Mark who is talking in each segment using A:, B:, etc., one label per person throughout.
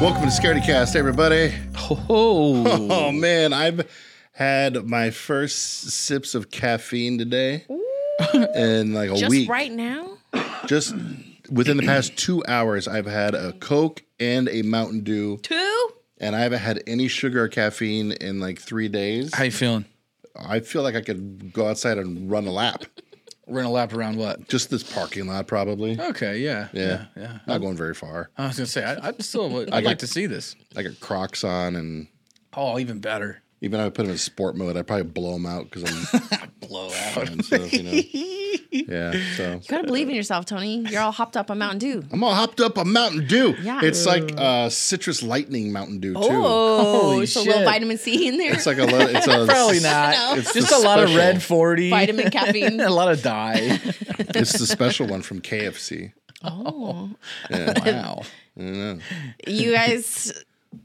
A: Welcome to Scaredycast, everybody.
B: Oh,
A: Oh man, I've had my first sips of caffeine today in like a
C: Just
A: week.
C: right now?
A: Just within the past two hours, I've had a Coke and a Mountain Dew,
C: Two?
A: and I haven't had any sugar or caffeine in like three days.
B: how you feeling?
A: I feel like I could go outside and run a lap.
B: Run a lap around what?
A: Just this parking lot, probably.
B: Okay, yeah,
A: Yeah.
B: yeah. yeah.
A: Not going very far.
B: I was gonna say I, I'm still. I'd like to see this.
A: I got Crocs on, and
B: Oh, even better.
A: even if I put them in sport mode, I'd probably blow them out because I'm
B: Blow
A: fat and stuff, you know? Yeah, so.
C: You gotta believe in yourself, Tony. You're all hopped up on Mountain Dew.
A: I'm all hopped up on Mountain Dew.
C: Yeah.
A: It's like uh, citrus lightning Mountain Dew too.
C: Oh,
B: Holy
C: so a little
B: shit.
C: vitamin C in there.
A: It's like a lo- it's a
B: Probably not.
A: It's
B: Just
A: the
B: a lot of
A: special.
B: red forty.
C: vitamin caffeine.
B: a lot of dye.
A: It's the special one from KFC.
C: Oh.
B: wow.
C: You guys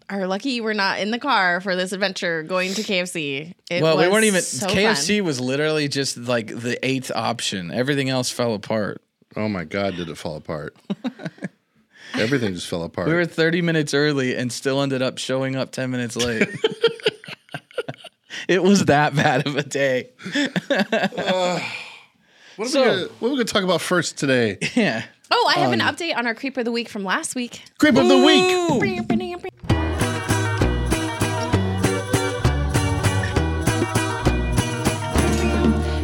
C: are lucky you were not in the car for this adventure going to KFC. It
B: Well, we
C: was
B: weren't even.
C: so
B: KFC
C: fun.
B: was literally just like the eighth option. Everything else fell apart.
A: Oh my god, did it fall apart? Everything just fell apart.
B: We were 30 minutes early and still ended up showing up 10 minutes late. it was that bad of a day.
A: what, are
B: so-
A: we gonna, what are we gonna talk about first today?
B: Yeah.
C: Oh, I have an
B: Um,
C: update on our Creep of the Week from last week.
A: Creep of the week.
B: Ooh.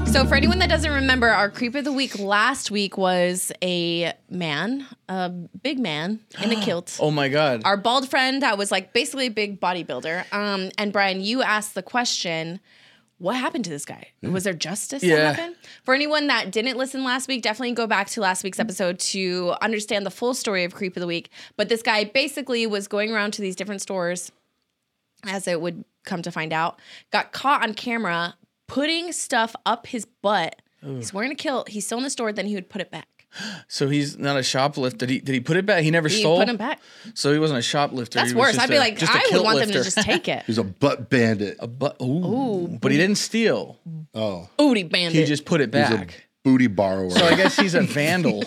C: So, for anyone that doesn't remember, our creep of the week last week was a man, a big man in a kilt.
B: Oh my God.
C: Our bald friend that was like basically a big bodybuilder. Um, and Brian, you asked the question, what happened to this guy? Was there justice
B: Mm-hmm. Yeah.
C: that happened? For anyone that didn't listen last week, definitely go back to last
B: Mm-hmm.
C: week's episode to understand the full story of Creep of the Week. But this guy basically was going around to these different stores as it would come to find out, got caught on camera putting stuff up his butt. He's wearing a kilt. He's still in the store. Then he would put it back.
B: so he's not a shoplifter. Did he, did he put it back? He never
C: He
B: stole?
C: put him back.
B: So he wasn't a shoplifter.
C: That's
B: he was
C: worse.
B: just
C: I'd be
B: a-
C: like,
B: just a
C: I would want them
B: kiltlifter.
C: to just take it.
A: He's a butt bandit.
B: But, ooh, but he didn't steal.
A: Oh,
C: Booty bandit.
B: He just put it back.
A: booty borrower.
B: So I guess he's a vandal.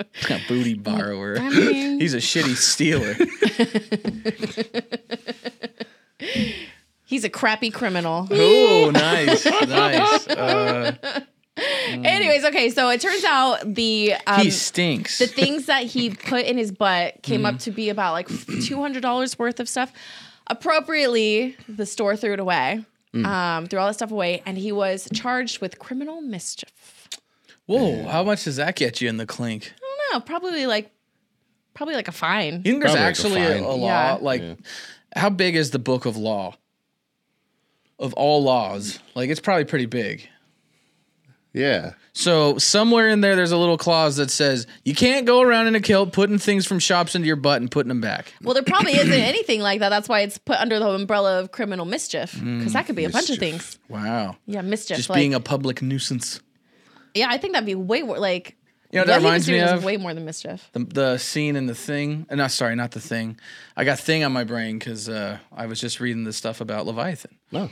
B: a booty borrower.
C: I mean-
B: He's a shitty stealer.
C: He's a crappy criminal.
B: Ooh, nice, nice.
C: Um,
B: Uh,
C: Anyways, okay, so it turns out the um,
B: he stinks.
C: the things that he put in his butt came
B: Mm.
C: up to be about like two hundred dollars worth of stuff. Appropriately, the store threw it away,
B: Mm.
C: um, threw all that stuff away, and he was charged with criminal mischief.
B: Whoa, how much does that get you in the clink?
C: I don't know, probably like probably like a fine.
B: You think there's
A: Probably like a
B: actually a,
A: fine.
B: a law?
C: Yeah.
B: Like, how big is the book of law? Of all laws, like it's probably pretty big.
A: yeah.
B: So somewhere in there, there's a little clause that says you can't go around in a kilt putting things from shops into your butt and putting them back.
C: Well, there probably isn't anything like that. That's why it's put under the umbrella of criminal mischief, because that could be a bunch of
A: Mischief.
C: things.
B: Wow,
C: Yeah, mischief.
B: just
C: like-
B: being a public nuisance.
C: yeah, I think that'd be way more like.
B: You know what that
C: he was
B: reminds me
C: doing was
B: of?
C: way more than mischief.
B: the, the scene in the thing uh, no sorry not the thing i got thing on my brain because uh, i was just reading this stuff about leviathan
A: No.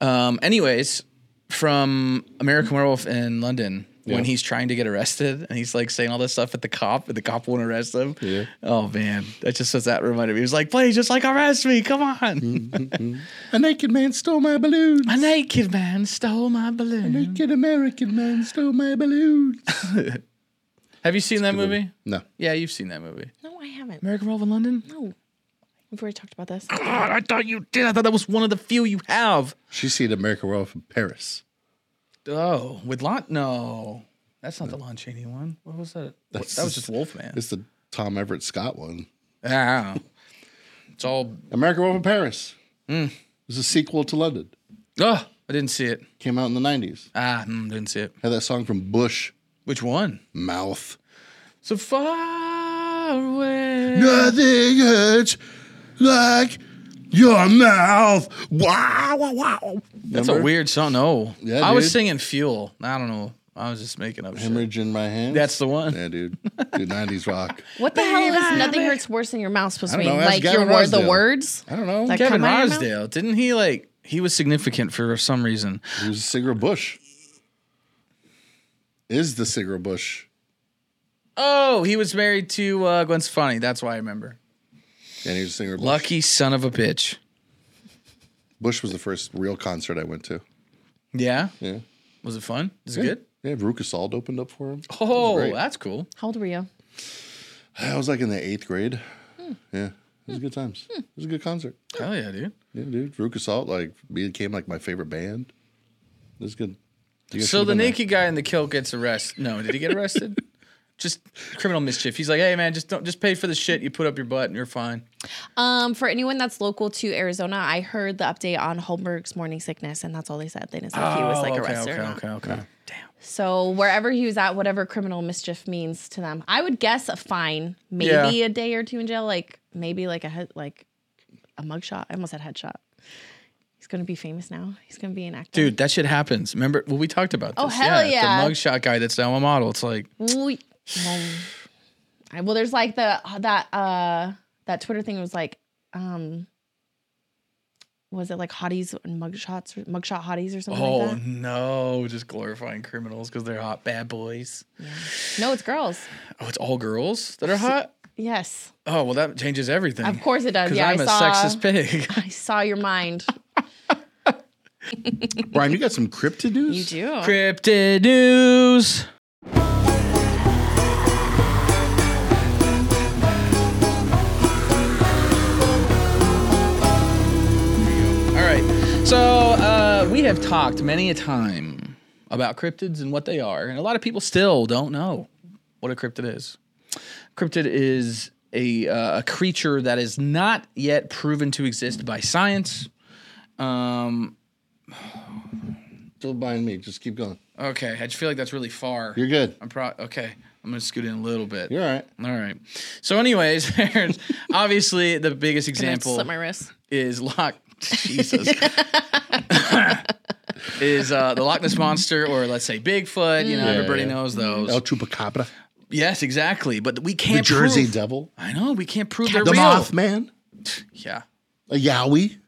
B: um, anyways from american werewolf in london when he's trying to get arrested and he's like saying all this stuff at the cop and the cop won't arrest him
A: Yeah.
B: oh man that just was that reminded me he was like please just like arrest me come on
A: A naked man stole my balloon.
B: a naked man stole my balloon
A: Naked American man stole my balloon.
B: have you seen that movie
A: No.
B: yeah you've seen that movie
C: No, I haven't.
B: american werewolf in london
C: No, we've already talked about this.
B: God, i thought you did i thought that was one of the few you have
A: She's seen American Werewolf in Paris.
B: Oh, with Lon? No, that's not the Lon Chaney one. What was that?
A: That's-
B: that was just Wolfman.
A: It's the Tom Everett Scott one.
B: Ah, it's all.
A: American Werewolf in Paris.
B: Mm.
A: It was a sequel to London.
B: Oh, I didn't see it.
A: Came out in the 90s.
B: Ah, mm, didn't see it.
A: Had that song from Bush,
B: Which one?
A: Mouth.
B: So far away.
A: Nothing hurts like your mouth. Wow, wow, wow.
B: That's a
A: Remember?
B: weird song. No,
A: Yeah,
B: I was
A: dude.
B: singing Fuel. I don't know. I was just making up shit.
A: Hemorrhage in my hand.
B: That's the one.
A: Yeah, dude. Dude, 90s rock.
C: What the hell is nothing hurts worse than your mouth supposed to
A: I
C: mean?
A: don't know, ask
C: Like
A: Gavin
C: your word, the
A: Rosdale.
C: words.
A: I don't know.
C: Like-
B: Kevin
C: Come on, Mouth?
B: Rosdale. Didn't he like? He was significant for some reason.
A: He was a singer of Bush. Is the singer of Bush.
B: Oh, he was married to uh, Gwen Stefani. That's why I remember.
A: And he was a singer. Bush.
B: Lucky son of a bitch.
A: Bush was the first real concert I went to.
B: Yeah.
A: Yeah.
B: Was it fun? Is it
A: Yeah.
B: good?
A: Yeah, Veruca Salt opened up for him.
B: Oh,
A: great.
B: that's cool.
C: How old were you?
A: I was like in the eighth grade.
C: Hmm.
A: Yeah. It was good times. It was a good concert.
B: Hell yeah, dude.
A: Yeah, dude. Veruca Salt like became like my favorite band. It was good. You guys
B: So
A: should've
B: the
A: been there.
B: naked guy in the kilt gets arrested. No, did he get arrested? just criminal mischief. He's like, hey man, just don't just pay for the shit you put up your butt and you're fine.
C: Um, for anyone that's local to Arizona, I heard the update on Holmberg's morning sickness, and that's all they said. They didn't say if he was
B: Oh,
C: like
B: okay,
C: arrested
B: okay,
C: or not.
B: okay, okay. Damn.
C: So wherever he was at, whatever criminal mischief means to them, I would guess a fine, maybe
B: Yeah.
C: a day or two in jail, like maybe like a head, like a mugshot. I almost said headshot. He's gonna be famous now. He's gonna be an actor.
B: Dude, that shit happens. Remember, well, we talked about this.
C: Oh, hell yeah.
B: The mugshot guy that's now a model. It's like,
C: We- well, I- well, there's like the that uh that Twitter thing was like um was it like hotties and mugshots or mugshot hotties or something
B: oh
C: like that?
B: no, just glorifying criminals because they're hot bad boys.
C: No, it's girls.
B: Oh, it's all girls that are hot?
C: Yes.
B: Oh, well, that changes everything.
C: Of course it does.
B: Because
C: Yeah,
B: I'm
C: I
B: a
C: saw
B: sexist pig.
C: I saw your mind.
A: Ryan, you got some cryptid news?
C: You do.
B: Cryptid news. All right. So uh, we have talked many a time about cryptids and what they are, and a lot of people still don't know what a cryptid is. Cryptid is a, uh, a creature that is not yet proven to exist by science. Um,
A: Still behind me. Just keep going.
B: okay, I just feel like that's really far.
A: You're good.
B: I'm pro okay. I'm gonna scoot in a little bit.
A: You're all right.
B: All right. So, anyways, there's obviously the biggest
C: I
B: example
C: Slip my wrist.
B: is Loch. Jesus. is uh, the Loch Ness monster, or let's say Bigfoot? You know,
A: Mm. Yeah,
B: everybody
A: yeah.
B: knows those.
A: El Chupacabra,
B: Yes, exactly. But we
A: the
B: can't.
A: Jersey
B: prove-
A: Devil,
B: I know we can't prove they're
A: the
B: real.
A: Mothman,
B: Yeah.
A: a Yowie,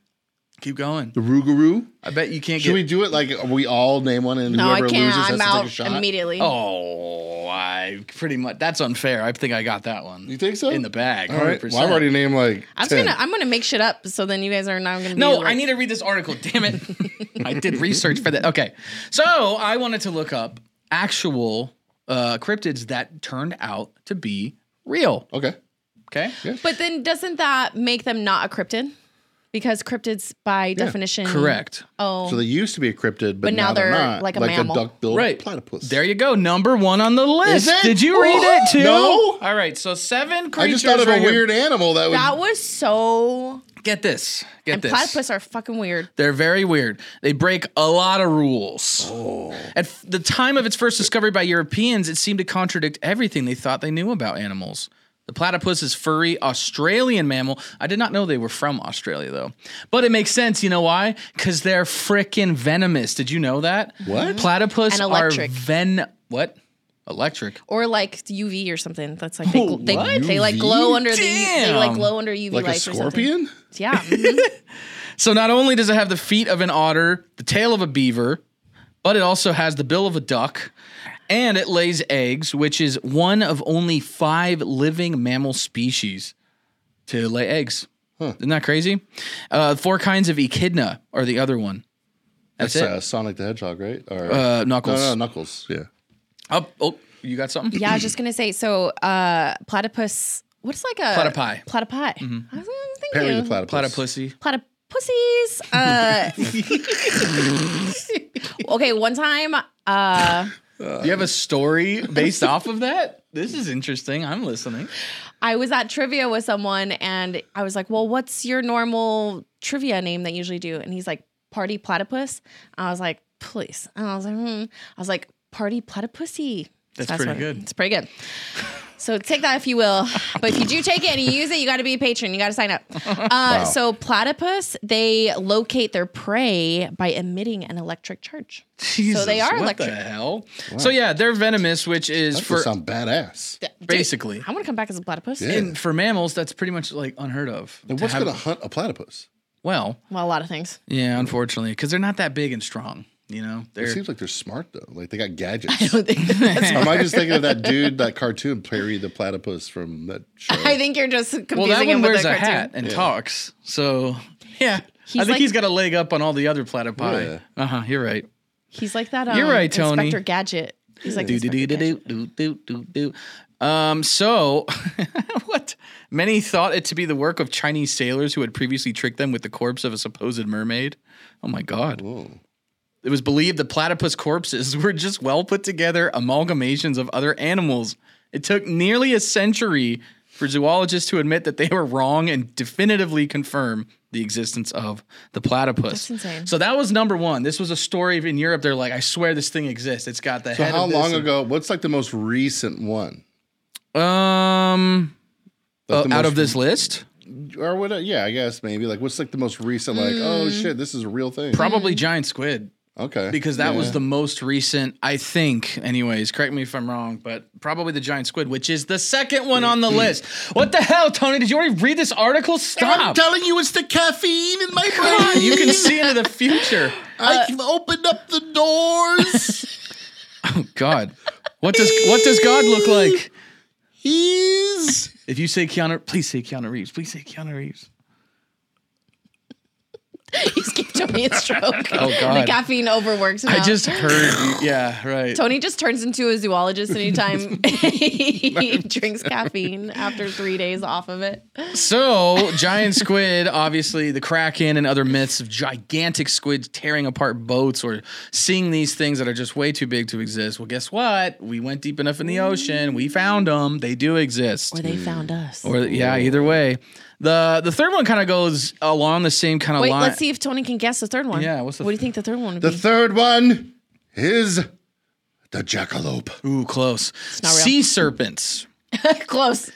B: Keep going.
A: the Rougarou.
B: I bet you can't
A: Should
B: get.
A: we do it like we all name one and
C: No, I
A: whoever
C: can't.
A: loses has
C: I'm
A: to take a
C: out
A: shot?
C: immediately.
B: oh, I pretty much. That's unfair. I think I got that one.
A: You think so?
B: In the bag.
A: All right.
B: 100%.
A: Well, I've already named like.
C: I'm just
A: 10.
C: gonna I'm gonna make shit up so then you guys are now gonna be
B: No,
C: like-
B: I need to read this article. Damn it. I did research for that. Okay. So I wanted to look up actual uh, cryptids that turned out to be real.
A: Okay.
B: Okay.
C: But then doesn't that make them not a cryptid? Because cryptids by definition
B: Correct.
C: Oh
A: So they used to be a cryptid, but, now, they're, not,
C: like a mammal.
A: duck-billed
B: Right.
A: platypus.
B: There you go. Number one on the list.
A: it?
B: Did you read it too?
A: No.
B: All right. So seven
A: I
B: creatures.
A: just thought of
B: right
A: a
B: here.
A: weird animal that would.
C: that was so
B: Get this. Get
C: and
B: this.
C: platypus are fucking weird.
B: They're very weird. They break a lot of rules. At f- the time of its first discovery by Europeans, it seemed to contradict everything they thought they knew about animals. The platypus is furry Australian mammal. I did not know they were from Australia though. But it makes sense, you know why? Cuz they're frickin' venomous. Did you know that?
A: What?
B: Platypus
C: And
B: are
C: electric.
B: ven what? Electric.
C: Or like UV or something. That's like they gl- they,
A: What?
C: they like glow
A: UV?
C: under the they like
B: Damn.
C: glow under UV
A: like a
C: lights or something.
A: scorpion?
C: Yeah. mhm.
B: So not only does it have the feet of an otter, the tail of a beaver, but it also has the bill of a duck, and it lays eggs, which is one of only five living mammal species to lay eggs. Isn't that crazy? Uh, four kinds of echidna are the other one. That's,
A: That's uh, Sonic the Hedgehog, right? Or
B: it. Uh,
A: no,
B: knuckles.
A: no, Knuckles. Yeah.
B: Oh, oh, you got something?
C: yeah, I was just gonna say, so uh platypus what's like a
B: Platypi.
C: Platypi. I was thinking
A: Perry Mm-hmm. the platypus.
B: Platypussy.
C: platypussies. Uh, okay, one time, uh,
B: you have a story based off of that? This is interesting. I'm listening.
C: I was at trivia with someone, and I was like, "Well, what's your normal trivia name that you usually do?" And he's like, "Party platypus." I was like, "Please," and I was like, hmm. "I was like, party platypussy." So
B: That's pretty good.
C: It's pretty good. So take that if you will, but if you do take it and you use it, you got to be a patron. You got to sign up. Uh, So platypus, they locate their prey by emitting an electric charge.
B: Jesus,
C: they are
B: what
C: electric.
B: the hell? So yeah, they're venomous, which is
A: That
B: for
A: for sound badass.
C: Dude,
B: basically.
C: I want to come back as a platypus.
A: Yeah.
B: And for mammals, that's pretty much like unheard of.
A: And
B: to
A: what's
B: have-
A: going to hunt a platypus?
B: well,
C: Well, a lot of things.
B: yeah, unfortunately, because they're not that big and strong. You know,
A: It
B: they're
A: seems like they're smart though. Like they got gadgets.
C: I don't think that's
A: Am I just thinking of that dude, that cartoon, Perry the Platypus from that show?
C: I think you're just confusing
B: well, that one
C: him with
B: wears
C: a
B: a
C: cartoon.
B: hat and talks. So yeah, I think
C: like-
B: he's got a leg up on all the other platypi.
A: Yeah.
B: Uh huh. You're right.
C: He's like that. Um,
B: You're right, Tony.
C: Inspector Gadget. He's like
B: do do do
C: Inspector
B: do do do do do do. Um, so what? Many thought it to be the work of Chinese sailors who had previously tricked them with the corpse of a supposed mermaid. Oh my god. It was believed the platypus corpses were just well put together amalgamations of other animals. It took nearly a century for zoologists to admit that they were wrong and definitively confirm the existence of the platypus.
C: That's insane.
B: So that was number one. This was a story in Europe. They're like, I swear this thing exists. It's got the
A: So
B: head.
A: how
B: of this
A: long
B: and-
A: ago? What's like the most recent one?
B: Um,
A: Like
B: uh,
A: the
B: out
A: most-
B: of this list,
A: or what? Yeah, I guess maybe. Like, what's like the most recent? Like, oh shit, this is a real thing.
B: probably giant squid
A: okay,
B: because that was
A: Yeah.
B: the most recent, I think. Anyways, correct me if I'm wrong, but probably the giant squid, which is the second one on the list. What the hell, Tony? Did you already read this article?
A: I'm
B: Stop.
A: telling you, it's the caffeine in my brain.
B: You can see into the future.
C: Uh,
A: I've opened up the doors.
B: Oh God, what does what does God look like?
A: He's
B: If you say Keanu, please say Keanu Reeves. Please say Keanu Reeves.
C: Gadget. He's giving Tony a stroke.
B: Oh
C: The
B: God,
C: caffeine overworks him.
B: I
C: out.
B: just heard. You. Yeah, right.
C: Tony just turns into a zoologist anytime he drinks caffeine after three days off of it.
B: So, giant squid, obviously, the kraken and other myths of gigantic squid tearing apart boats or seeing these things that are just way too big to exist. Well, guess what? We went deep enough in the ocean. We found them. They do exist.
C: Or they found us.
B: Or yeah, either way. The the third one kind of goes along the same kind of
C: Wait,
B: line.
C: let's see if Tony can guess the third one.
B: Yeah, what's the
C: what do you think the third one would
A: the
C: be?
A: third one. Is the jackalope?
B: Ooh, close.
C: not real.
B: Sea serpents.
C: Close.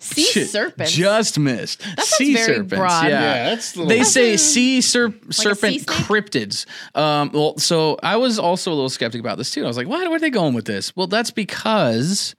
C: sea
B: Shit,
C: serpent.
B: Just missed. sea
C: very
B: serpents.
C: broad.
B: Yeah.
A: Yeah, that's the.
B: They say sea serp serpent
C: sea snake?
B: cryptids. Um, well, so I was also a little skeptic about this too. I was like, "Why? Where are they going with this?" Well, that's because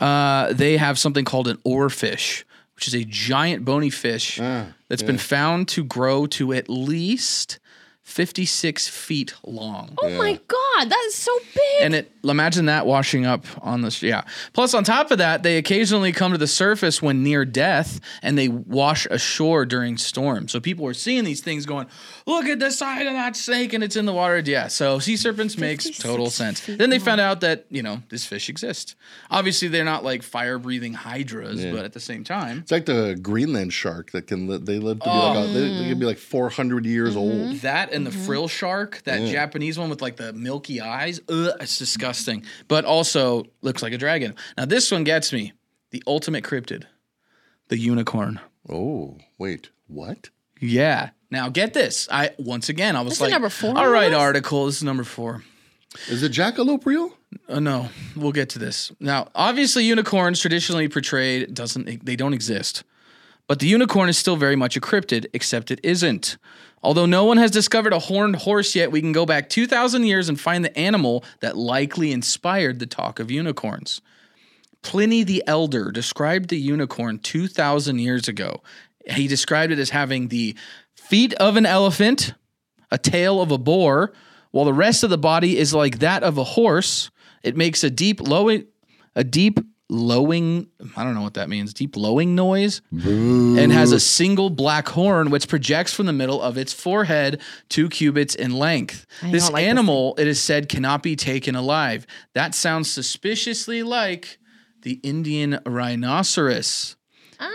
B: uh, they have something called an oarfish, which is a giant bony fish
A: Ah,
B: that's been found to grow to at least fifty-six feet long.
C: Oh my God, that is so big.
B: And it imagine that washing up on this. Yeah. Plus, on top of that, they occasionally come to the surface when near death, and they wash ashore during storms. So people are seeing these things going, "Look at the side of that snake, and it's in the water." Yeah. So sea serpents makes
C: 56
B: total sense.
C: feet
B: Then they found out that you know this fish exists. Obviously, they're not like fire breathing hydras, but at the same time,
A: It's like the Greenland shark that can li- they live to be like a, they, they can be like 400 years
C: Mm-hmm.
A: old.
B: That and the frill shark, that Japanese one with like the milky eyes. Ugh, it's disgusting. But also looks like a dragon. Now this one gets me. The ultimate cryptid, the unicorn.
A: Oh wait, what?
B: Yeah. Now get this. I once again I was
C: This is
B: like,
C: number four
B: all
C: on
B: right,
C: the list?
B: article. This is number four.
A: Is the jackalope real?
B: Uh, no, we'll get to this. Now, obviously, unicorns traditionally portrayed doesn't they don't exist, but the unicorn is still very much a cryptid, except it isn't. Although no one has discovered a horned horse yet, we can go back 2,000 years and find the animal that likely inspired the talk of unicorns. Pliny the Elder described the unicorn 2,000 years ago. He described it as having the feet of an elephant, a tail of a boar, while the rest of the body is like that of a horse. It makes a deep lowing, a deep lowing. I don't know what that means. Deep lowing noise, and has a single black horn which projects from the middle of its forehead, two cubits in length. This
C: don't like this
B: animal, it is said, cannot be taken alive. That sounds suspiciously like the Indian rhinoceros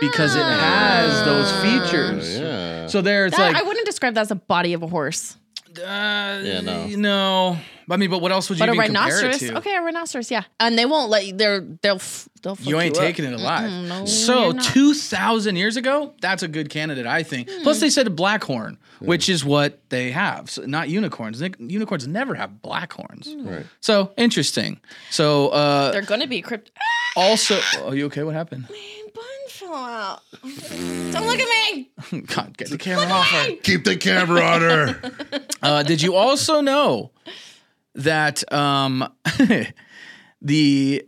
B: because it has those features.
A: Uh, Ah, Yeah.
B: So there, it's
C: Ah. That-
B: like
C: I wouldn't describe that as a body of a horse,
B: uh,
A: Yeah, no.
B: no. I mean, but what else would you
C: but a
B: even
C: rhinoceros.
B: compare it to?
C: Okay, a rhinoceros. Yeah, and they won't let you. They're they'll f- they'll. Fuck
B: You ain't
C: up.
B: taking it alive.
C: no,
B: so
C: you're not. Hmm.
B: two thousand years ago, that's a good candidate, I think. Plus, they said a black horn, which is what they have, so not unicorns. Nic- Unicorns never have black horns.
A: Right.
B: So interesting. So uh,
C: Hmm. They're gonna be crypt.
B: also, are you okay? What happened?
C: bun fell out. Don't look at me.
B: God, get the camera off her.
A: Keep the camera on her.
B: Uh, did you also know that um, the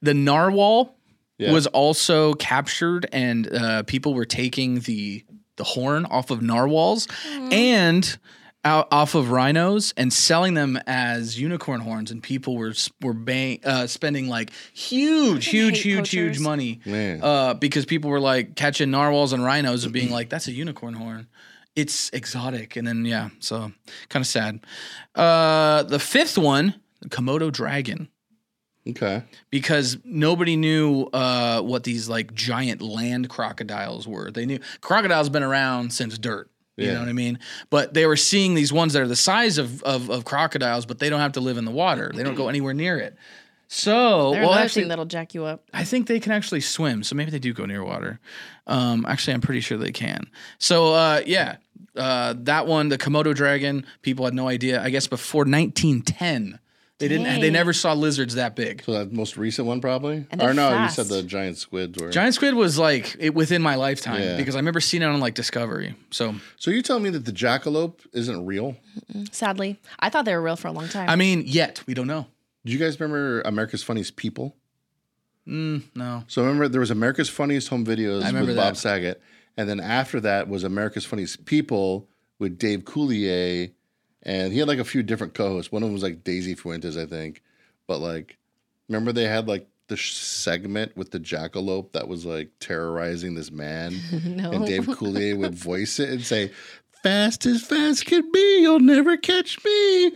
B: the narwhal
A: Yeah.
B: was also captured, and
C: Mm-hmm.
B: uh, people were taking the the horn off of narwhals, and out off of rhinos and selling them as unicorn horns, and people were s- were bang, uh, spending like huge, huge,
C: hate
B: huge,
C: poachers.
B: huge money
A: Man.
B: uh, because people were like catching narwhals and rhinos and being like, "That's a unicorn horn." It's exotic, and then yeah, so kind of sad. Uh, the fifth one, the Komodo dragon
A: Okay.
B: because nobody knew uh, what these like giant land crocodiles were. They knew crocodiles been around since dirt. You
A: Yeah.
B: know what I mean? But they were seeing these ones that are the size of, of of crocodiles, but they don't have to live in the water. They don't go anywhere near it. So
C: They're
B: well,
C: another
B: actually,
C: thing that'll jack you up.
B: I think they can actually swim, so maybe they do go near water. Um, actually, I'm pretty sure they can. So, uh, yeah, uh, that one, the Komodo dragon, people had no idea. I guess before 1910, they didn't. They
C: Dang.
B: never saw lizards that big.
A: So that most recent one probably?
C: And they're
A: Or no,
C: fast.
A: you said the giant squids were.
B: Giant squid was like it within my lifetime
A: Yeah.
B: because I remember seeing it on like Discovery. So,
A: so you're telling me that the jackalope isn't real?
C: Sadly, I thought they were real for a long time.
B: I mean, yet we don't know.
A: Do you guys remember America's Funniest People?
B: Mm, No,
A: So remember there was America's Funniest Home Videos
B: I remember
A: with Bob
B: that.
A: Saget, and then after that was America's Funniest People with Dave Coulier, and he had like a few different co-hosts. One of them was like Daisy Fuentes, I think. But like, remember they had like the sh- segment with the jackalope that was like terrorizing this man,
C: No.
A: and Dave Coulier would voice it and say, "Fast as fast can be, you'll never catch me."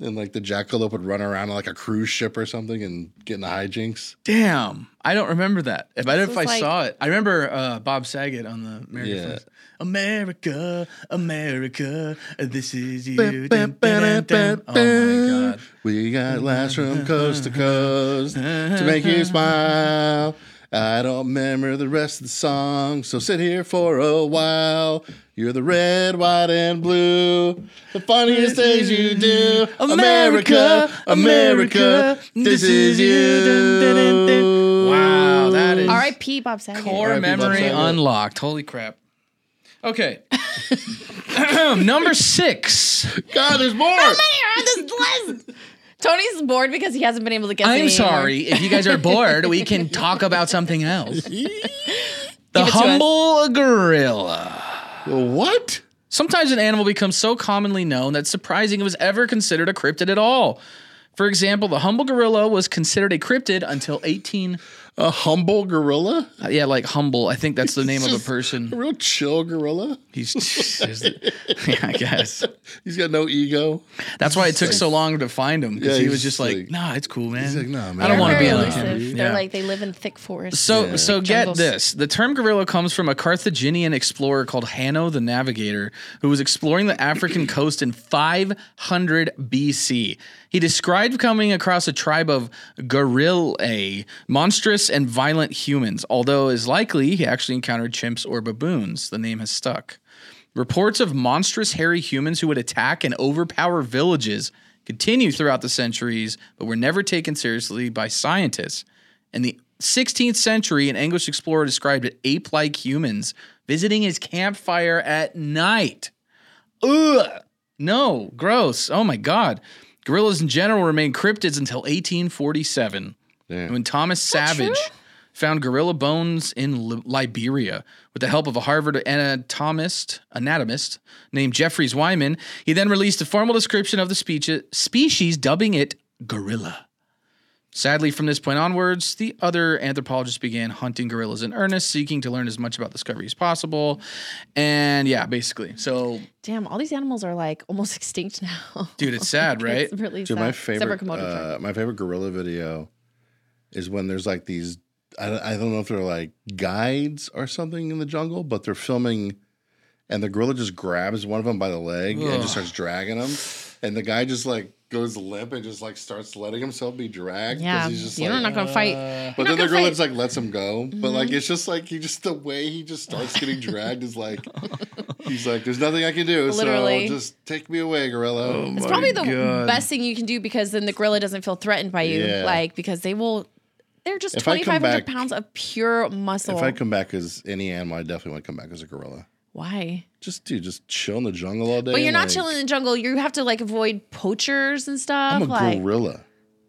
A: And like the jackalope would run around on like a cruise ship or something and get in the hijinks.
B: damn, I don't remember that. If I don't
C: This
B: if I
C: is like-
B: saw it, I remember uh, Bob Saget on the American
A: Yeah.
B: First. America, America, this is you. Dun, dun, dun, dun. Oh my god.
A: We got laughs from coast to coast to make you smile. I don't remember the rest of the song, so sit here for a while. You're the red, white, and blue. The funniest things you do. America, America, this is you.
B: Wow, that is
C: R.I.P. Bob Saget.
B: Core
A: R.I.P. Bob
B: memory
A: Saget.
B: unlocked. Holy crap. Okay. Number six.
A: God, there's more.
C: on this list. Tony's bored because he hasn't been able to guess. any
B: I'm
C: anymore.
B: sorry. If you guys are bored, we can talk about something else. The
C: us.
B: humble gorilla.
A: What?
B: Sometimes an animal becomes so commonly known that it's surprising it was ever considered a cryptid at all. For example, the humble gorilla was considered a cryptid until 18.
A: A humble gorilla?
B: uh, yeah, like humble. I think that's the name of a
A: just- A
B: person.
A: real chill gorilla?
B: He's, yeah, I guess.
A: He's got no ego.
B: That's why it took so long to find him because
A: Yeah,
B: he
A: he's
B: was just
A: just
B: like,
A: like-
B: "Nah, it's cool, man.
A: like, "Nah,
B: I
A: man,
B: don't
A: I
B: want to
A: wanna
C: Very
B: be like
C: elusive.
B: him."
C: They're
B: Yeah.
C: like they live in thick forests.
B: So, so get
C: Jungles.
B: this. The term gorilla comes from a Carthaginian explorer called Hanno the Navigator, who was exploring the African coast in 500 BC. He described coming across a tribe of gorillae, monstrous and violent humans, although it is likely he actually encountered chimps or baboons. The name has stuck. Reports of monstrous hairy humans who would attack and overpower villages continue throughout the centuries, but were never taken seriously by scientists. In the 16th century, an English explorer described it ape like humans visiting his campfire at night. Ugh! No, gross. Oh my God. Gorillas in general remained cryptids until 1847
A: Damn.
B: when Thomas Savage found gorilla bones in Li- Liberia with the help of a Harvard anatomist, anatomist named Jeffries Wyman. He then released a formal description of the speech- species, dubbing it gorilla. Sadly, from this point onwards, the other anthropologists began hunting gorillas in earnest, seeking to learn as much about discovery as possible. And yeah, basically. So,
C: Damn, all these animals are like almost extinct now.
B: dude, it's sad, right?
C: It's really
A: Dude,
C: sad.
A: my
C: Except for
A: favorite,
C: Komodo dragon.
A: uh, my favorite gorilla video is when there's like these. I don't, I don't know if they're like guides or something in the jungle, but they're filming, and the gorilla just grabs one of them by the leg and
B: Ugh.
A: just starts dragging him, and the guy just like goes limp and just like starts letting himself be dragged. 'cause
C: yeah,
A: he's just
C: you're
A: like,
C: not gonna fight.
B: Uh,
A: But then
C: you're not
A: the
C: gonna Mm-hmm.
A: gorilla
C: fight.
A: just like lets him go. But like it's just like he just the way he just starts getting dragged is like he's like, there's nothing I can do.
C: Literally.
A: So just take me away, gorilla.
C: It's probably the best thing you can do because then the gorilla doesn't feel threatened by you.
A: Yeah.
C: Like because they will, they're just
A: If I
C: twenty
A: come
C: five hundred
A: back-
C: pounds of pure muscle.
A: If I come back as any animal, I definitely want to come back as a gorilla.
C: Why?
A: Just dude, just chill in the jungle all day.
C: But you're not
A: like,
C: chilling in the jungle. You have to like avoid poachers and stuff.
A: I'm a
C: like
A: gorilla.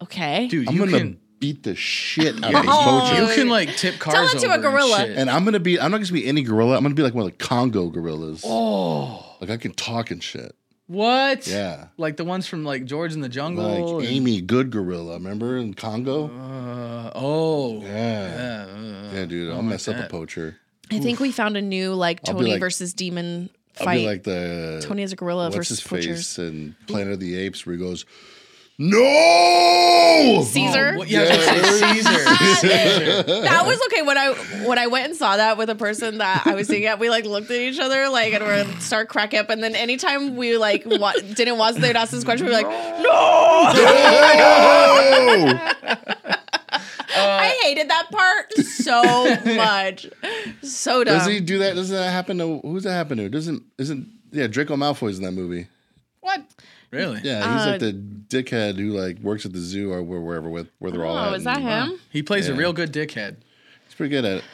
C: okay,
B: Dude,
A: I'm
B: you
A: gonna
B: can,
A: beat the shit out
B: yeah,
A: of these
C: Oh,
A: poachers.
B: you can like tip cars
C: Tell it to a
B: over and
C: gorilla.
B: shit.
A: And I'm gonna be. I'm not gonna be any gorilla. I'm gonna be like one of the Congo gorillas.
B: oh.
A: Like I can talk and shit.
B: What?
A: Yeah.
B: Like the ones from like George in the
A: Like
B: Jungle. and-
A: Amy, good gorilla, remember in Congo?
B: Uh, oh.
A: Yeah.
B: Uh,
A: Yeah, dude, I'll
B: my
A: mess up a
B: God.
A: poacher.
C: I think we found a new like
A: I'll be
C: Tony
A: like-
C: versus demon
A: I'll
C: fight.
A: be like the
C: Tony as a gorilla
A: what's
C: versus
A: his
C: poachers.
A: face and Planet of the Apes where he goes, No
C: Caesar.
B: what- yeah, I was gonna say Caesar.
C: that was okay when I when I went and saw that with a person that I was seeing at. We like looked at each other like and we're start crack up. And then anytime we like wa- didn't want they'd ask this question, we were like,
A: No!
C: I hated that part so much, so dumb.
A: Does he do that? Doesn't that happen to who's that happen to? Doesn't isn't yeah, Draco Malfoy's in that movie.
C: what?
B: really?
A: Yeah, he's like
C: Uh,
A: the dickhead who like works at the zoo or where- wherever with where they're all at.
C: Oh, is that
A: and
C: him?
B: He plays a
A: Yeah.
B: real good dickhead.
A: He's pretty good at it.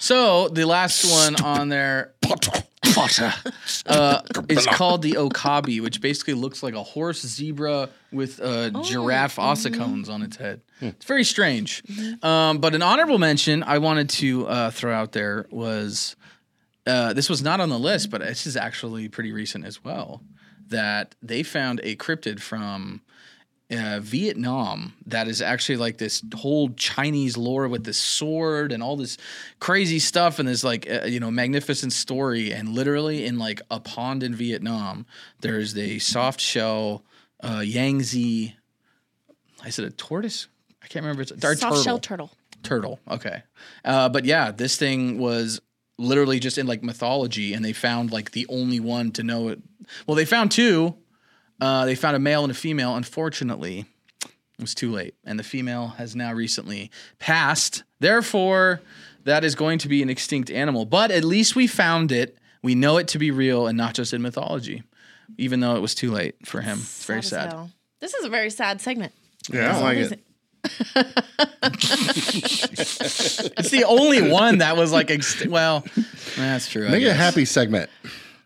B: So the last one on there Potter, uh, is called the Okabi, which basically looks like a horse zebra with uh, giraffe ossicones on its head. It's very strange. Um, but an honorable mention I wanted to uh, throw out there was uh, this was not on the list, but this is actually pretty recent as well. That they found a cryptid from uh, Vietnam that is actually like this whole Chinese lore with this sword and all this crazy stuff and this like uh, you know magnificent story and literally in like a pond in Vietnam there's a soft shell uh, Yangtze I said a tortoise I can't remember it's a or
C: Soft
B: turtle
C: shell turtle.
B: turtle okay uh, but yeah this thing was literally just in like mythology and they found like the only one to know it well they found two uh, they found a male and a female unfortunately it was too late and the female has now recently passed therefore that is going to be an extinct animal but at least we found it we know it to be real and not just in mythology even though it was too late for him it's very
C: as
B: sad
C: hell. This is a very sad segment.
A: Yeah, I don't like it.
B: it's the only one that was like extinct well that's true I
A: Make it a
B: guess.
A: happy segment.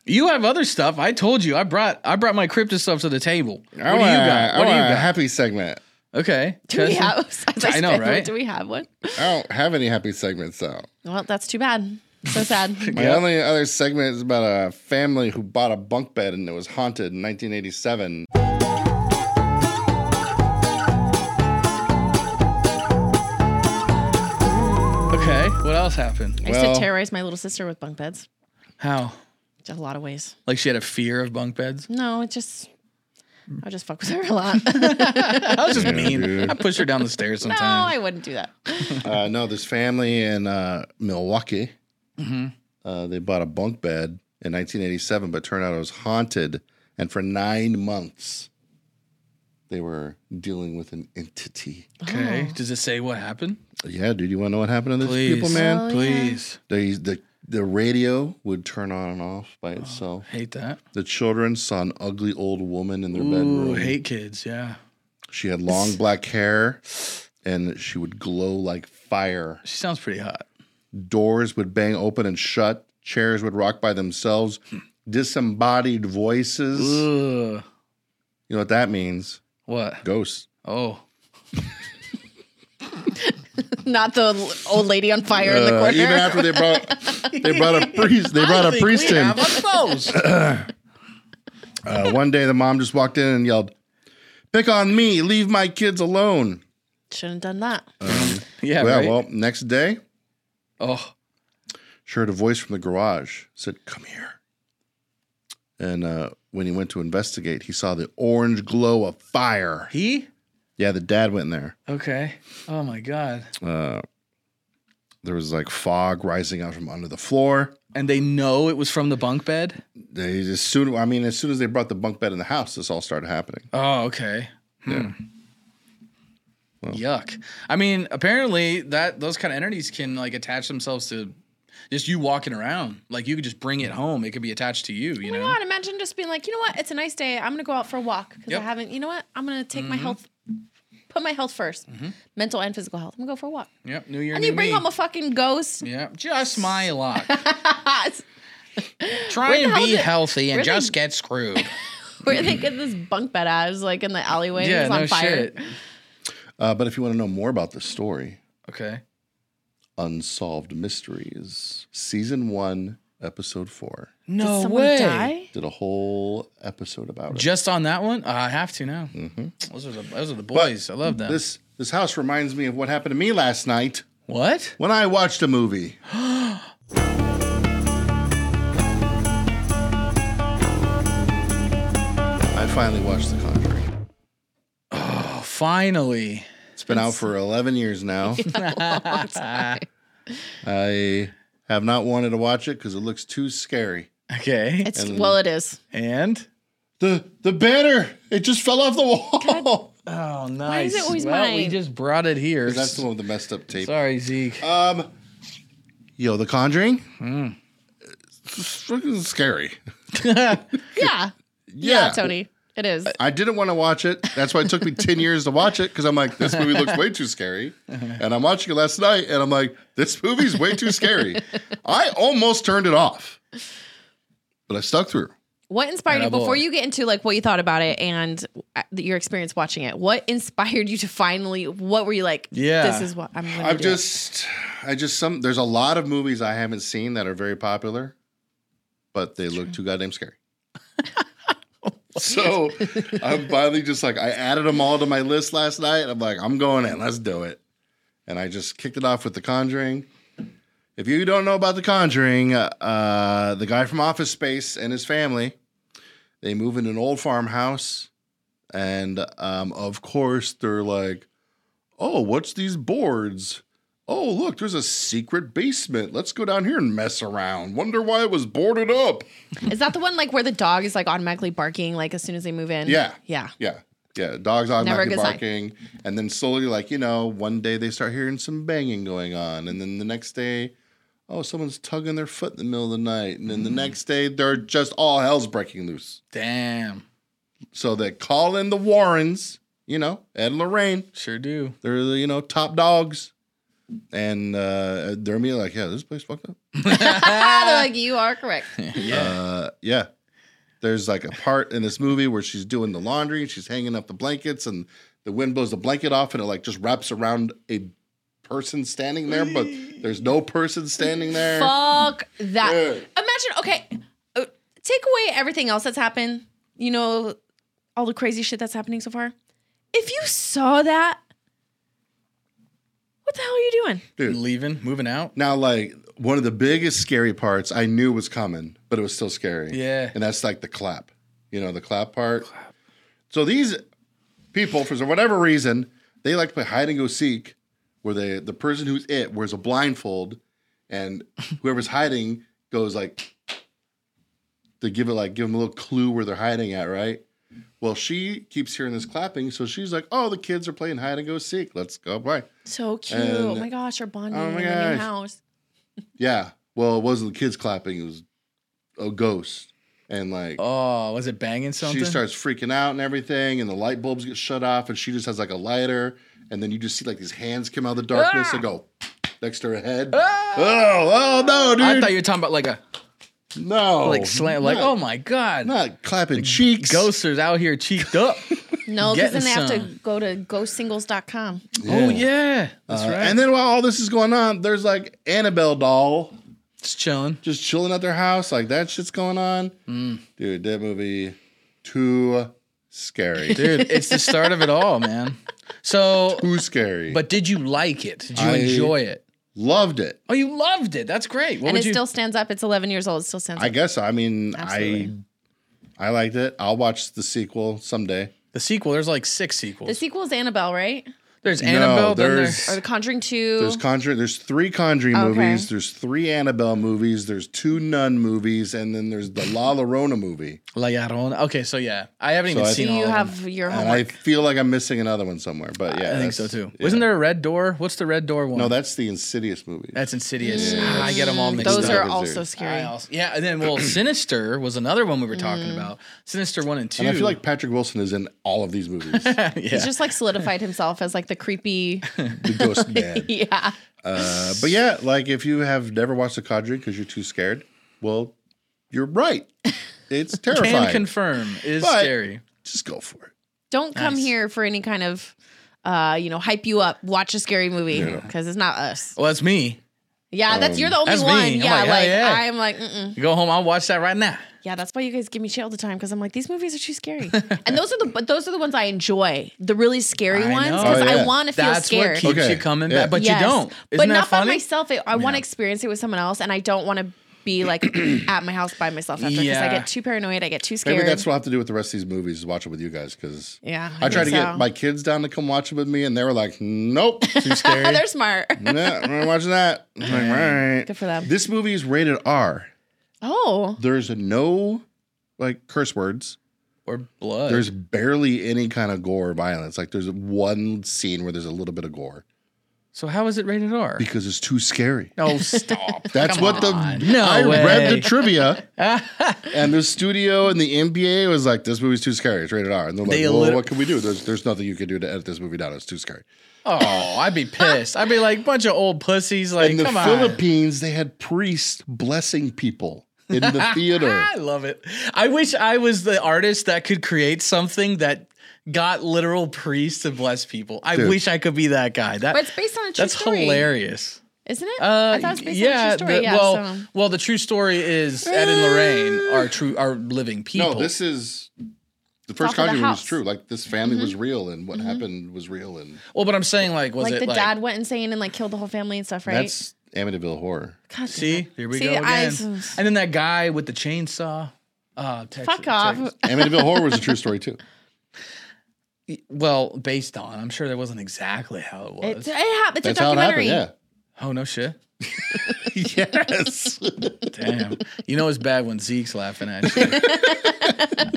B: You have other stuff. I told you. I brought I brought my crypto stuff to the table. What do you got?
A: I
B: What do you
A: want a
B: got?
A: happy segment.
B: Okay.
C: Do we
B: Cousin-
C: have? besides
B: I know,
C: Spittle,
B: right?
C: Do we have one?
A: I don't have any happy segments though.
C: Well, that's too bad. So sad.
A: My only other segment is about a family who bought a bunk bed and it was haunted in 1987.
B: Okay. What else happened?
C: I used
A: Well-
C: to terrorize my little sister with bunk beds.
B: How?
C: A lot of ways.
B: Like she had a fear of bunk beds.
C: No, it just I just fuck with her a lot.
B: I was just mean.
A: dude.
B: I pushed her down the stairs
C: No,
B: sometimes.
C: I wouldn't do that.
A: Uh, no, this family in uh, Milwaukee.
B: Mm-hmm.
A: Uh, they bought a bunk bed in 1987, but turned out it was haunted. And for nine months, they were dealing with an entity.
B: okay. Does it say what happened?
A: Yeah, dude, you want to know what happened to these
B: Please.
A: people, man?
C: Oh, yeah.
B: Please.
A: They, the the radio would turn on and off
B: Oh.
A: by itself.
B: Hate that.
A: The children saw an ugly old woman in their
B: Ooh,
A: bedroom.
B: hate kids. Yeah.
A: She had long black hair and she would glow like fire.
B: She sounds pretty hot.
A: Doors would bang open and shut. Chairs would rock by themselves. Disembodied voices.
B: Ugh.
A: You know what that means?
B: What?
A: Ghosts.
B: Oh.
C: Not the l- old lady on fire in the
A: Uh,
C: corner.
A: even after they brought they brought a priest they brought a priest in. Uh, one day the mom just walked in and yelled, "Pick on me! Leave my kids alone!" Um,
C: Shouldn't have done that.
B: yeah.
A: well,
B: right?
A: well, next day
B: oh.
A: she heard a voice from the garage said come here and uh, when he went to investigate he saw the orange glow of fire
B: He?
A: yeah the dad went in there
B: Okay. Oh my God.
A: uh, there was like fog rising out from under the floor
B: And they know it was from the bunk bed.
A: they as soon i mean as soon as they brought the bunk bed in the house this all started happening
B: Oh, okay.
A: yeah
B: Yuck. I mean, apparently that those kind of entities can like attach themselves to just you walking around. Like you could just bring it home. It could be attached to you, you
C: Oh my
B: know.
C: god, imagine just being like, you know what? It's a nice day. I'm gonna go out for a walk because
B: Yep. Mm-hmm.
C: I haven't you know what? I'm gonna take my health put my health 1st Mental and physical health. I'm gonna go for a walk.
B: Yep. New year,
C: And
B: new
C: you bring
B: me.
C: home a fucking ghost.
B: yeah, just my luck.
C: Where
B: Try and
C: hell
B: be
C: did-
B: healthy and
C: where the-
B: just get screwed.
C: they get this bunk bed at? It was like in the alleyway and it
B: yeah,
C: was on
B: no
C: fire.
B: shit.
A: uh, but if you want to know more about the story
B: Okay.
A: unsolved mysteries season one episode four.
B: No
C: Someone
B: way.
C: die?
A: Did a whole episode about it.
B: Just on that one, Uh, I have to now. Those are the those are the boys. I love them.
A: Mm-hmm. this this house reminds me of what happened to me last night
B: what?
A: when I watched a movie. I finally watched The Conjuring.
B: Oh, finally.
A: It's been out for 11 years now.
C: Oh,
A: I have not wanted to watch it because it looks too scary.
B: Okay.
C: It's well, it is.
B: and
A: The the banner, it just fell off the wall.
B: oh, nice.
C: is it always
B: well, we
C: mine?
B: just brought it here.
A: That's the one with the messed up tape.
B: Sorry, Zeke.
A: Um, yo, The Conjuring. It's freaking scary.
C: Yeah.
A: Yeah,
C: Tony. It is.
A: I didn't want to watch it. That's why it took me 10 years to watch it because I'm like, this movie looks way too scary. And I'm watching it last night and I'm like, this movie's way too scary. I almost turned it off, but I stuck through.
C: What inspired you
B: Attaboy.
C: before you get into like what you thought about it and uh, your experience watching it? What inspired you to finally? What were you like?
B: Yeah.
C: This is what I'm. Gonna
A: I've
C: do.
A: just, I just, some, there's a lot of movies I haven't seen that are very popular, but they look too goddamn scary. so I'm finally just like, I added them all to my list last night. I'm like, I'm going in, let's do it. And I just kicked it off with The Conjuring. If you don't know about The Conjuring, uh, uh, the guy from Office Space and his family, they move in an old farmhouse. And um, of course, they're like, oh, what's these boards? Oh, look, there's a secret basement. Let's go down here and mess around. Wonder why it was boarded up.
C: Is that the one like where the dog is like automatically barking like as soon as they move in?
A: Yeah.
C: Yeah.
A: Yeah. Yeah. Dogs
C: a
A: automatically
C: good sign.
A: barking. And then slowly, like, you know, one day they start hearing some banging going on. And then the next day, oh, someone's tugging their foot in the middle of the night. And then
C: Mm.
A: the next day, they're just all hell's breaking loose.
B: Damn.
A: So they call in the Warrens, you know, Ed and Lorraine.
B: Sure do.
A: They're, the, you know, top dogs. And uh, they're immediately like, yeah, this place fucked up.
C: Ah, they're like, you are correct.
B: Yeah.
A: Uh, yeah. There's like a part in this movie where she's doing the laundry and she's hanging up the blankets and the wind blows the blanket off and it like just wraps around a person standing there, but there's no person standing there.
C: Fuck that.
A: Yeah.
C: Imagine, okay, uh, take away everything else that's happened, you know, all the crazy shit that's happening so far. If you saw that, what the hell are you doing?
B: Leaving, moving out.
A: Now, like one of the biggest scary parts I knew was coming, but it was still scary.
B: Yeah.
A: And that's like the clap, you know, the clap part. So these people, for whatever reason, they like to play hide and go seek, where they the person who's it wears a blindfold, and whoever's hiding goes like to give it like give them a little clue where they're hiding at, right? Well, she keeps hearing this clapping, so she's like, "Oh, the kids are playing hide and go seek. Let's go play."
C: So cute. oh
A: And-
C: my gosh, you're bonding
A: Oh
C: in
A: my
C: the
A: gosh.
C: new house.
A: Yeah. Well, it wasn't the kids clapping. It was a ghost. And like
B: Oh, was it banging something?
A: she starts freaking out and everything, and the light bulbs get shut off, and she just has like a lighter, and then you just see like these hands come out of the darkness
B: Ah!
A: and go next to her head. Oh, oh no, dude!
B: I thought you were talking about like a
A: no,
B: like slam, like
A: not,
B: oh my god,
A: not clapping cheeks.
B: ghosters out here cheeked up.
C: No,
B: Getting
C: because then they have to
B: some.
C: go to ghostsingles.com.
B: Oh yeah, that's
A: Uh,
B: right.
A: And then while all this is going on, there's like Annabelle doll
B: it's chilling.
A: just chilling at their house, like that shit's going on.
B: Mm.
A: Dude, that movie too scary.
B: Dude, it's the start of it all, man. So,
A: too scary.
B: but did you like it? Did you
A: I-
B: enjoy it?
A: loved it.
B: Oh, you loved it. That's great. What
C: And
B: would
C: it
B: you?
C: still stands up. It's 11 years old. It still stands
A: I
C: up.
A: guess. I mean,
C: Absolutely.
A: I I liked it. I'll watch the sequel someday.
B: the sequel. There's like six
C: The
B: sequels.
C: sequel is Annabelle, right?
B: there's Annabelle. Then
A: there's-
B: there's
C: Or The Conjuring 2.
A: There's Conjuring. There's three Conjuring
C: Okay.
A: movies. There's three Annabelle movies. There's two Nun movies, and then there's the La Llorona movie.
B: La Llorona. Okay, so yeah, I haven't even
A: I-
B: seen
C: Do
B: all
C: you
B: of them.
C: have your
A: And I
C: homework?
A: feel like I'm missing another one somewhere. But yeah,
B: Oh I think
A: that's-
B: so too.
A: yeah.
B: Wasn't there a red door? What's the red door one?
A: No, that's the Insidious movie.
B: that's Insidious. Ah, I get them all mixed up.
C: Those are
A: Is
C: also
A: there-
B: I
C: scary.
B: also- yeah, and then well, Sinister was another one we were talking
C: Mm-hmm.
B: about. Sinister one and two.
A: and I feel like Patrick Wilson is in all of these movies. the
B: yeah.
C: He's just like solidified himself as like the creepy.
A: Ghost Man.
C: yeah.
A: Uh, but yeah, like if you have never watched The Conjuring because you're too scared, well, you're right. It's
B: can
A: terrifying.
B: confirm is
A: But-
B: scary.
A: Just go for it.
C: Don't come here for any kind of, uh, you know, hype you up. Watch a scary movie because it's not us.
B: Well, that's me.
C: Yeah, that's you're the only
B: Um, That's me.
C: one.
B: I'm
C: Yeah,
B: like,
C: like,
B: hell yeah.
C: I'm like, mm-mm.
B: You go home. I'll watch that right now.
C: yeah, that's why you guys give me shit all the time because I'm like, these movies are too scary. and those are the but those are the ones I enjoy, the really scary
B: I
C: ones
B: know.
C: because
A: Oh, yeah.
C: I want to feel
B: That's
C: scared.
B: what keeps
A: Okay.
B: you coming
A: Yeah.
B: back, but
C: Yes.
B: you don't. Isn't
C: but
B: that
C: not
B: funny?
C: by myself. I, I want
B: Yeah.
C: to experience it with someone else, and I don't want to be like at my house by myself after because
B: Yeah.
C: I get too paranoid. I get too scared.
A: Maybe that's what I have to do with the rest of these movies is watch it with you guys because
C: Yeah,
A: I,
C: I
A: tried to
C: think
A: get
C: so.
A: my kids down to come watch it with me and they were like, nope, too scary.
C: They're smart.
B: Mm-hmm.
A: no, we're not watching that. I'm like, all right.
C: Good for them.
A: This movie is rated R.
C: Oh,
A: There's no like curse words.
B: Or blood.
A: There's barely any kind of gore or violence. Like there's one scene where there's a little bit of gore
B: so how is it rated R?
A: because it's too scary.
B: Oh, stop.
A: That's
B: Come
A: what
B: on.
A: the
B: No
A: I
B: way.
A: read the trivia, and the studio and the NBA was like, "This movie's too scary. It's rated R." And they're like,
B: They
A: "Well,
B: lit-
A: what can we do? There's there's nothing you can do to edit this movie down. It's too scary."
B: Oh, I'd be pissed. I'd be like, bunch of old pussies. Like,
A: In the
B: come on.
A: Philippines, they had priests blessing people in the theater.
B: I love it. I wish I was the artist that could create something that got literal priests to bless people. I
A: Dude.
B: wish I could be that guy. That,
C: but it's based on a true
B: that's
C: story.
B: hilarious.
C: isn't it?
B: Uh,
C: I thought it was based
B: yeah,
C: on a true story.
B: the-
C: yeah,
B: well,
C: so.
B: well, the true story is Ed and Lorraine are true, are living people.
A: Uh. No, this is the first
C: off of
A: conjuring
C: the
A: was
C: house. Mm-hmm.
A: true. Like this family was real, and what happened was real, and
B: well, but I'm saying, like, was
C: like
B: it
C: the
B: like?
C: dad went insane and like killed the whole family and stuff, right?
A: that's Amityville horror.
C: God damn
B: see,
C: it.
B: here we
C: See,
B: go again.
C: I-
B: and then that guy with the chainsaw. Uh, Texas,
C: Fuck off.
B: Texas-
A: Amityville horror was a true story too.
B: Well, based on, I'm sure that wasn't exactly how it was.
C: It's, it hap- it's a
A: That's how it happened.
C: documentary.
A: Yeah.
B: oh no, shit.
A: yes.
B: Damn. You know it's bad when Zeke's laughing at you.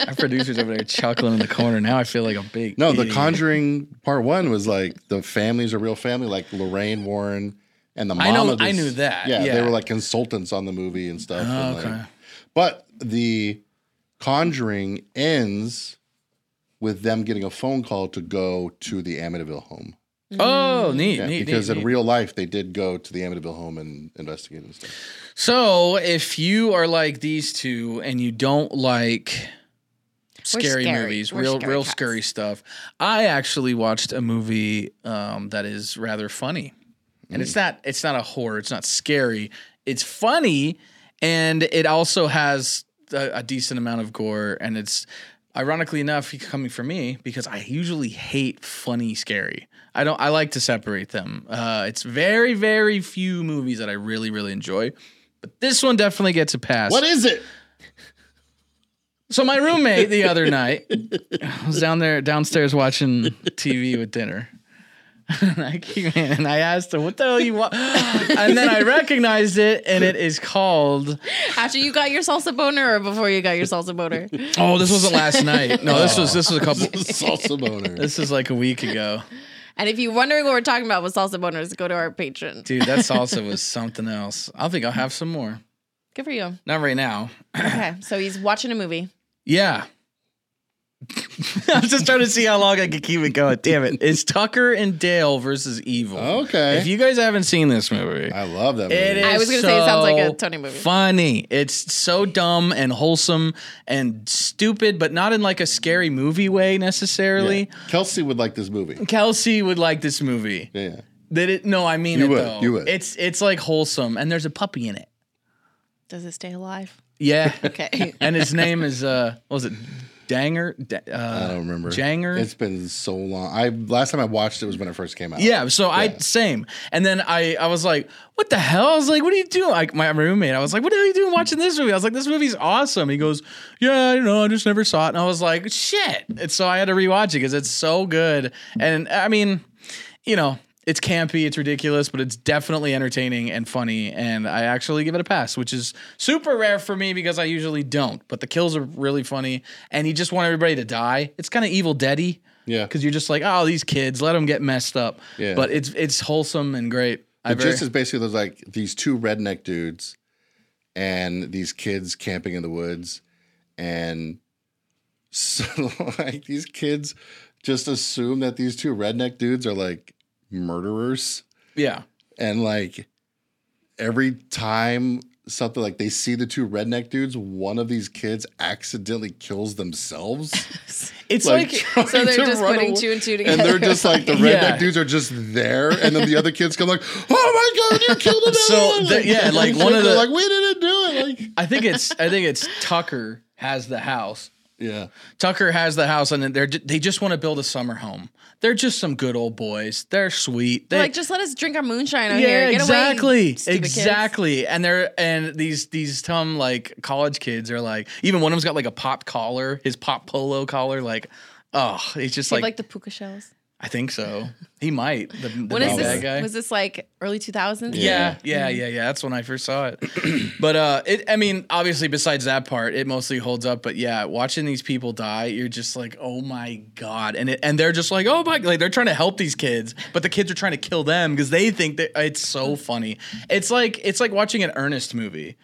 B: Our producer's over there chuckling in the corner. Now I feel like a big
A: No, The
B: idiot.
A: Conjuring Part One was like the family's a real family, like Lorraine Warren and the mom.
B: I know-
A: of
B: I
A: this-
B: knew that,
A: Yeah, they
B: yeah. Oh,
A: were like consultants on the movie and stuff. and, like-
B: okay.
A: but the Conjuring ends with them getting a phone call to go to the Amityville home.
B: Oh, neat,
A: Yeah,
B: neat,
A: because
B: neat,
A: in
B: neat.
A: real life they did go to the Amityville home and investigate and stuff.
B: So if you are like these two and you don't like scary,
C: scary.
B: movies,
C: We're
B: real
C: scary
B: real
C: cats.
B: scary stuff, I actually watched a movie um, that is rather funny. And
A: Mm.
B: it's not it's not a horror, it's not scary. It's funny and it also has a, a decent amount of gore and it's ironically enough coming from me because I usually hate funny scary. I don't I like to separate them. Uh, it's very very few movies that I really really enjoy. But this one definitely gets a pass.
A: What is it?
B: So my roommate the other night was down there downstairs watching TV with dinner. And I came in and I asked her, "What the hell you want?" And then I recognized it, and it is called.
C: Mm-hmm. After you got your salsa boner or before you got your salsa boner?
B: Oh, this wasn't last night. No, this was this was a couple.
A: Salsa boner.
B: This is like a week ago,
C: and if you're wondering what we're talking about with salsa boners, go to our patron.
B: dude. That salsa was something else. I think I'll have some more.
C: Good for you.
B: Not right now.
C: Okay, so he's watching a movie.
B: Yeah. I'm just trying to see how long I can keep it going. Damn it! It's Tucker and Dale versus Evil.
A: Okay.
B: If you guys haven't seen this movie,
A: I love that movie.
B: It is.
C: I was gonna say it sounds like a
B: so
C: Tony movie.
B: Funny. It's so dumb and wholesome and stupid, but not in like a scary movie way necessarily.
A: Kelsey would like this movie.
B: Kelsey would like this movie.
A: Yeah, yeah.
B: That it, no, I mean
A: You
B: it
A: would,
B: though.
A: you would.
B: It's it's like wholesome, and there's a puppy in it.
C: Does it stay alive?
B: Yeah,
C: Okay.
B: and his name is uh, what was it Danger? Da- uh,
A: I don't remember.
B: Janger.
A: It's been so long. I last time I watched it was when it first came out.
B: Yeah, so I same, and then I I was like, what the hell? I was like, what are you doing? Like my roommate, I was like, what the hell are you doing watching this movie? I was like, this movie's awesome. He goes, yeah, I don't know, I just never saw it, and I was like, shit. And so I had to rewatch it because it's so good, and I mean, you know, it's campy, it's ridiculous, but it's definitely entertaining and funny, and I actually give it a pass, which is super rare for me because I usually don't. But the kills are really funny, and you just want everybody to die. It's kind of Evil Deady
A: yeah.
B: because you're just like, oh, these kids, let them get messed up.
A: Yeah.
B: But it's it's wholesome and great. I
A: the
B: very,
A: gist is basically there's like these two redneck dudes and these kids camping in the woods, and so like these kids just assume that these two redneck dudes are like murderers.
B: yeah.
A: and like every time something like they see the two redneck dudes. One of these kids accidentally kills themselves.
B: It's like,
A: trying
C: So they're
A: to
C: just
A: run
C: putting
A: away.
C: two and two
A: And they're
C: together.
A: just like the redneck
B: Yeah.
A: dudes are just there, and then the other kids come like, "Oh my god, you killed another
B: So,
A: one!"
B: the- yeah, like, one of
A: they're
B: the-
A: like we didn't do it. Like
B: I think it's I think it's Tucker has the house.
A: yeah,
B: Tucker has the house, and they're ju- they just want to build a summer home. They're just some good old boys. They're sweet. They
C: like just let us drink our moonshine out
B: yeah,
C: here. Get
B: exactly,
C: away, stupid kids.
B: exactly. And they're and these these some like college kids are like even one of them's got like a pop collar, his pop polo collar. Like, oh, he's just
C: They have,
B: like,
C: Like, the puka shells.
B: I think so. He might. The, the
C: When is
B: big
C: this?
B: bad guy.
C: Was this like early 2000s?
B: Yeah, yeah, yeah, yeah. That's when I first saw it. but uh it I mean, obviously besides that part, it mostly holds up, but yeah, watching these people die, you're just like, "Oh my god." And it, and they're just like, "Oh my like they're trying to help these kids, but the kids are trying to kill them because they think that it's so funny. It's like it's like watching an Ernest movie.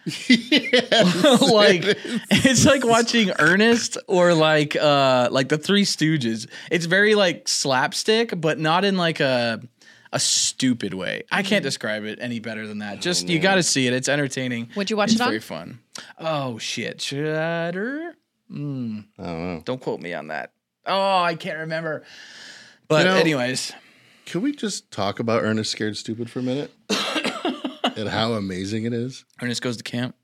B: like it's like watching Ernest or like uh like the Three Stooges. It's very like slapstick, but not in like a a stupid way. I
A: Mm-hmm.
B: can't describe it any better than
A: Oh,
B: that. Just you got to see it. It's entertaining.
C: Would you watch
B: it's
C: it on?
B: Very fun. Oh shit, Shutter.
A: I don't know.
B: Don't quote me on that. Oh, I can't remember. But
A: You know-
B: anyways,
A: Can we just talk about Ernest Scared Stupid for a minute? and how amazing it is.
B: Ernest goes to camp.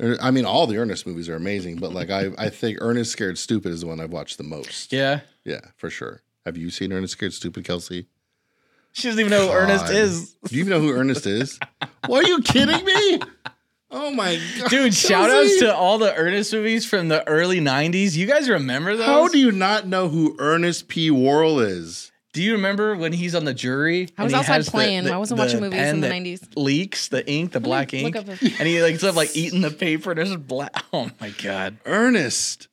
A: Er- I mean, all the Ernest movies are amazing, but like I, I think Ernest Scared Stupid is the one I've watched the most.
B: Yeah.
A: Yeah, for sure. Have you seen Ernest Scared Stupid, Kelsey?
B: She doesn't even know who Ernest
A: God.
B: is.
A: Do you even know who Ernest is? What are you kidding me? Oh my god.
B: Dude, shout outs
A: Kelsey,
B: to all the Ernest movies from the early 90s. You guys remember those?
A: How do you not know who Ernest P. Worrell is?
B: Do you remember when he's on the jury?
C: I
B: and
C: was
B: he
C: outside
B: has the-
C: playing.
B: the-
C: I wasn't
B: the
C: watching movies in
B: pen
C: the
B: that
C: 90s.
B: Leaks the ink, the black
C: look
B: ink,
C: up
B: and
C: a-
B: he like stuff like eating the paper. And there's just black. Oh my god!
A: Ernest.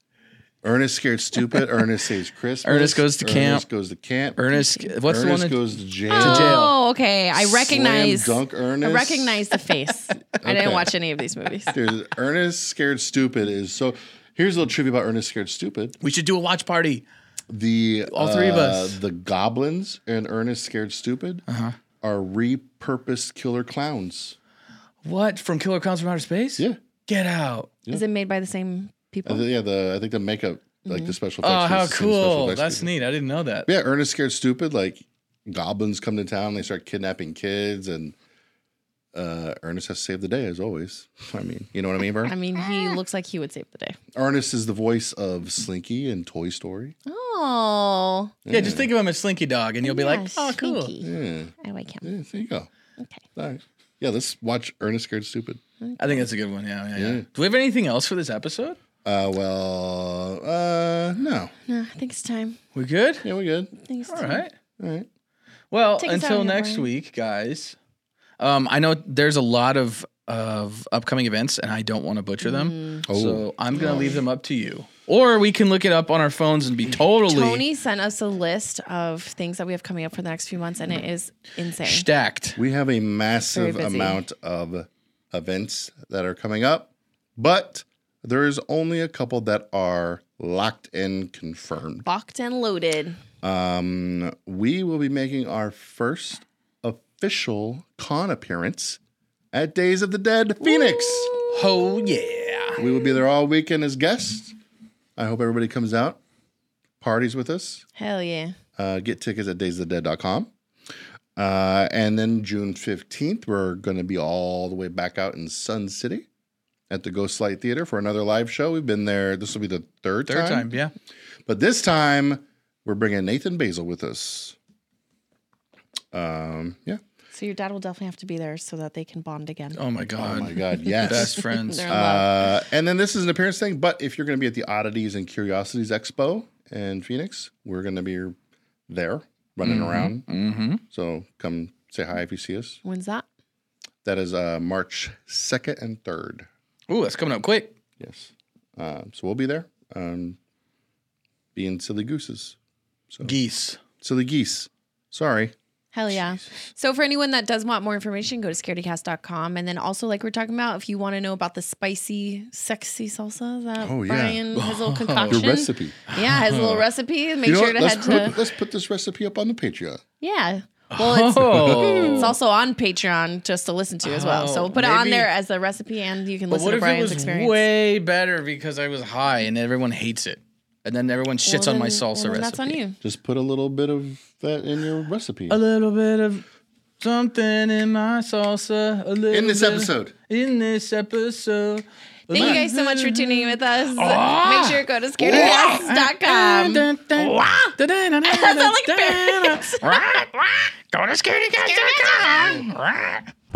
A: Ernest Scared Stupid. Ernest Saves Christmas.
B: Ernest Goes to Camp.
A: Ernest goes to camp.
B: Ernest, what's
A: Ernest
B: the one?
A: goes to jail.
B: jail.
C: Oh, okay. I recognize.
A: Slam Dunk Ernest.
C: I recognize the face. I
A: Okay.
C: didn't watch any of these movies.
A: There's Ernest Scared Stupid is so. Here's a little trivia about Ernest Scared Stupid.
B: we should do a watch party.
A: The
B: All three of
A: uh,
B: us. Uh-huh.
A: the goblins, and Ernest Scared Stupid are repurposed killer clowns.
B: What from Killer Clowns from Outer Space?
A: Yeah,
B: Get out!
C: Is it made by the same
A: I
C: people?
A: thi- yeah. The I think the makeup, like the special effects.
B: Oh,
A: was
B: how
A: the same special
B: cool!
A: effects
B: That's
A: people.
B: neat. I didn't know that.
A: Yeah, Ernest Scared Stupid. Like goblins come to town, they start kidnapping kids, and uh, Ernest has to save the day as always. I mean, you know what I mean, Vern?
C: I mean, he looks like he would save the day.
A: Ernest is the voice of Slinky in Toy Story.
C: Oh,
B: Yeah, just think of him as Slinky Dog, and you'll be like, "Oh, cool."
A: Yeah.
C: I like him.
A: Yeah, there you go.
C: Okay.
A: All right. Yeah, let's watch Ernest Scared Stupid.
B: I think that's a good one. Yeah, yeah, yeah.
A: Yeah.
B: Do we have anything else for this episode?
A: Uh, well, uh, no.
C: No, I think it's time.
B: We good?
A: Yeah, we're good.
C: I think it's
B: All
C: time.
B: right.
A: All right.
B: Well,
C: Take us out
B: until
C: here,
B: next
C: Brian.
B: week, guys. Um, I know there's a lot of of upcoming events, and I don't want to butcher
C: Mm.
B: them,
A: Oh.
B: so I'm gonna leave them up to you. Or we can look it up on our phones and be totally
C: Tony sent us a list of things that we have coming up for the next few months, and it is insane.
B: stacked.
A: We have a massive
C: Very busy.
A: amount of events that are coming up, but there is only a couple that are locked in confirmed.
C: Locked and loaded.
A: Um, we will be making our first official con appearance at Days of the Dead Phoenix.
B: Oh yeah!
A: We will be there all weekend as guests. I hope everybody comes out, parties with us.
C: Hell yeah.
A: Uh, get tickets at daysofthedead.com. Uh, and then June 15th, we're going to be all the way back out in Sun City at the Ghost Light Theater for another live show. We've been there. This will be the third,
B: Third time, yeah.
A: But this time, we're bringing Nathan Basil with us. Um, yeah.
C: So your dad will definitely have to be there so that they can bond again.
B: Oh my god,
A: Oh my God. Yes.
B: best friends.
C: They're in love.
A: Uh, and then this is an appearance thing, but if you're going to be at the Oddities and Curiosities Expo in Phoenix, we're going to be there running around.
B: mm-hmm.
A: So come say hi if you see us.
C: When's that?
A: That is uh, March 2nd and 3rd.
B: Ooh, that's coming up quick.
A: Yes. Um, so we'll be there um, being silly gooses,
B: Geese.
A: silly geese. Sorry.
C: Hell yeah. So, for anyone that does want more information, go to scaredycast.com. And then also, like we're talking about, if you want to know about the spicy, sexy salsa that
A: Oh, yeah.
C: Brian, his little
A: Your
C: concoction.
A: recipe.
C: Yeah, his little recipe. Make
A: You know
C: sure
A: what?
C: to
A: Let's
C: head
A: put,
C: to.
A: let's put this recipe up on the Patreon.
C: Yeah. Well, it's,
B: Oh.
C: it's also on Patreon just to listen to as well. So we'll put it on
B: maybe-
C: there as a recipe, and you can
B: But
C: listen
B: what
C: to
B: if it
C: Brian's
B: was
C: experience.
B: way better because I was high and everyone hates it, and then everyone
C: Well,
B: shits on my
C: then-
B: salsa
C: well, then
B: recipe.
C: That's on you.
A: Just put a little bit of that in your recipe.
B: A little bit of something in my salsa. A little
A: In this
B: bit-
A: episode.
B: In this episode.
C: Thank you guys so much for tuning in with us.
B: Ah!
C: Make sure to go to scaredycast.com.
B: Dun, dun, dun, dun, dun, dun, dun,
C: sounds like
B: dun, dun.
C: parrots.
B: Go to scaredycast.com.